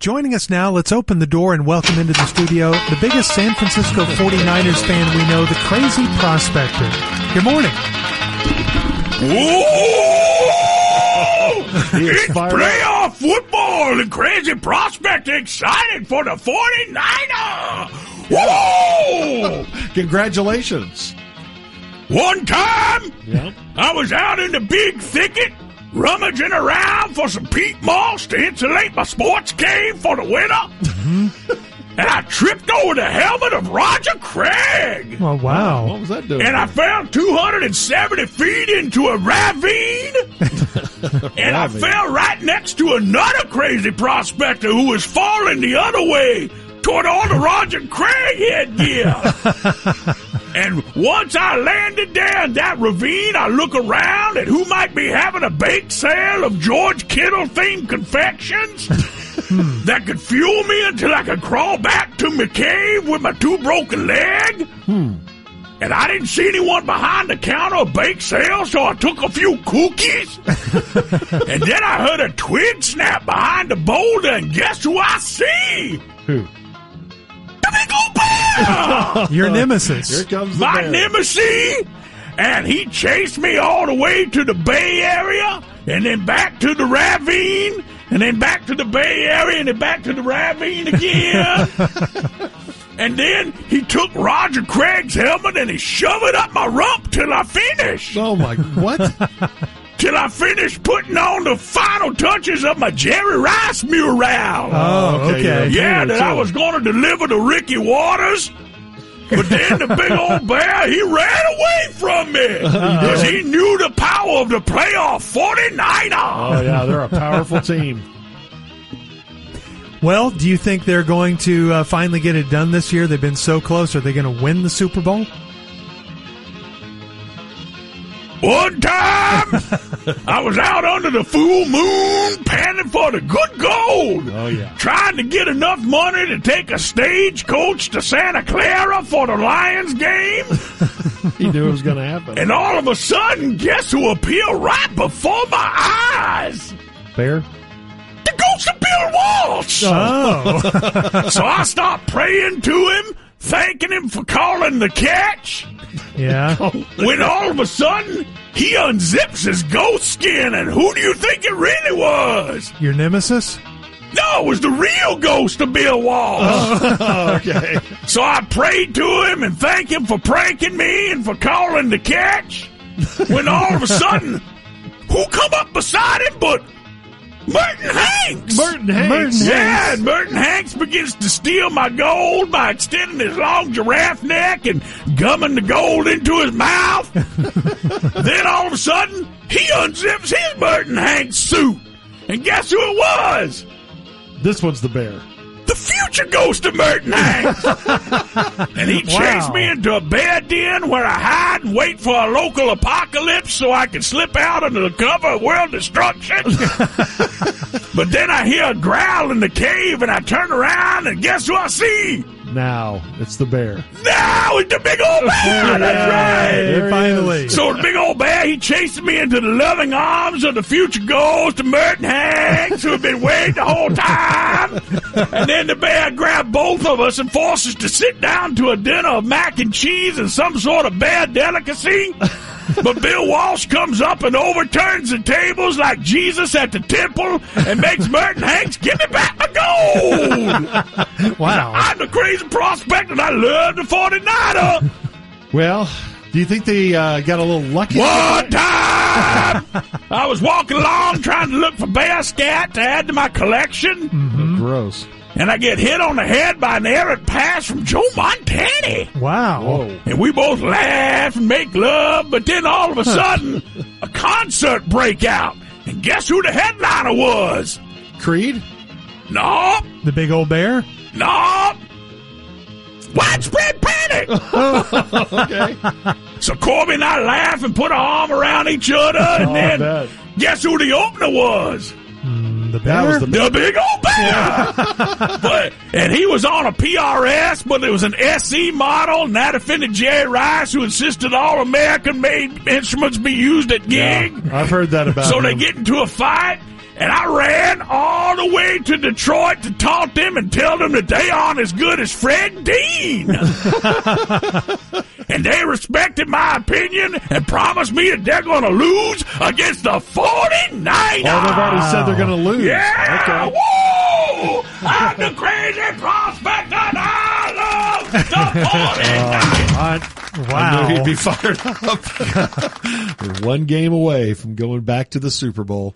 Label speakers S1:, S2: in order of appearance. S1: Joining us now, let's open the door and welcome into the studio the biggest San Francisco 49ers fan we know, the crazy prospector. Good morning.
S2: it's
S1: fired
S2: playoff football and crazy prospect excited for the 49er. Whoa!
S3: Congratulations.
S2: One time,
S3: Yep.
S2: I was out in the big thicket rummaging around for some peat moss to insulate my sports cave for the winter. and I tripped over the helmet of Roger Craig.
S1: Oh, wow.
S3: What was that doing?
S2: And I fell 270 feet into a ravine. and I
S3: Ravine.
S2: fell right next to another crazy prospector who was falling the other way toward all the Roger Craig headgear. and once I landed there in that ravine, I look around at who might be having a bake sale of George Kittle themed confections. That could fuel me until I could crawl back to my cave with my two broken leg. And I didn't see anyone behind the counter of bake sale, so I took a few cookies. and then I heard a twig snap behind the boulder, and guess who I see?
S3: Who?
S2: The big old bear!
S1: Your
S3: Here
S1: nemesis.
S3: comes the
S2: My
S3: bear.
S2: nemesis! And he chased me all the way to the Bay Area, and then back to the ravine, and then back to the Bay Area, and then back to the ravine again. And then he took Roger Craig's helmet and he shoved it up my rump till I finished.
S3: Oh my! What?
S2: Till I finished putting on the final touches of my Jerry Rice mural.
S1: Oh,
S3: Okay,
S1: okay.
S3: yeah.
S2: yeah, that I
S3: too.
S2: was going to deliver to Ricky Waters. But then the big old bear, he ran away from me. Because he knew the power of the playoff 49er.
S3: Oh yeah, they're a powerful team.
S1: Well, do you think they're going to uh, finally get it done this year? They've been so close. Are they going to win the Super Bowl?
S2: One time, I was out under the full moon panning for the good gold.
S3: Oh yeah.
S2: trying to get enough money to take a stagecoach to Santa Clara for the Lions game,
S3: He knew it was going to happen.
S2: and all of a sudden, guess who appeared right before my eyes?
S3: Bear.
S2: The ghost of Bill Walsh!
S1: Oh,
S2: So I start praying to him, thanking him for calling the catch,
S1: yeah.
S2: when all of a sudden, he unzips his ghost skin, and who do you think it really was?
S1: Your nemesis?
S2: No, it was the real ghost of Bill Walsh!
S3: Oh, okay.
S2: So I prayed to him and thanked him for pranking me and for calling the catch. When all of a sudden, who come up beside him but Merton Hanks?
S3: Merton Hanks.
S2: Yeah, and Merton Hanks begins to steal my gold by extending his long giraffe neck and gumming the gold into his mouth. then all of a sudden, he unzips his Merton Hanks suit. And guess who it was?
S3: This one's the bear.
S2: the future ghost of Merton Hanks. and he chased me into a bear den where I hide and wait for a local apocalypse so I can slip out under the cover of world destruction. but then I hear a growl in the cave and I turn around and guess who I see?
S3: Now it's the bear.
S2: Now it's the big old bear. That's right.
S3: There he
S1: finally.
S2: So the big old bear, he chased me into the loving arms of the future ghost of Merton Hanks, who had been waiting the whole time. And then the bear grabbed both of us and forced us to sit down to a dinner of mac and cheese and some sort of bear delicacy. But Bill Walsh comes up and overturns the tables like Jesus at the temple and makes Merton Hanks give me back my gold.
S1: Wow.
S2: I'm the crazy prospect and I love the 49er.
S3: Well, do you think they uh, got a little lucky?
S2: One time, I was walking along trying to look for bear scat to add to my collection,
S3: Mm-hmm. Gross.
S2: and I get hit on the head by an errant pass from Joe Montana.
S1: Wow.
S3: Whoa.
S2: And we both laugh and make love, but then all of a sudden, a concert break out. And guess who the headliner was?
S3: Creed.
S2: No,
S1: The big old bear?
S2: no. Widespread panic!
S3: Okay.
S2: so Corby and I laugh and put our arm around each other, and
S3: Oh, I
S2: then
S3: bet.
S2: guess who the opener was?
S1: The bear?
S3: That was the
S2: The big old bear. but and he was on a PRS, but it was an SE model, and that offended Jerry Rice, who insisted all American-made instruments be used at gig.
S3: I've heard that about.
S2: So they
S3: him.
S2: get into a fight, And I ran all the way to Detroit to taunt them and tell them that they aren't as good as Fred Dean. and they respected my opinion and promised me that they're going to lose against the 49ers.
S3: Oh, they've already said they're going to lose.
S2: Yeah!
S3: Okay.
S2: Woo! I'm the crazy prospect and I love the 49ers!
S3: I, I
S1: Wow.
S3: knew he'd be fired up. We're one game away from going back to the Super Bowl.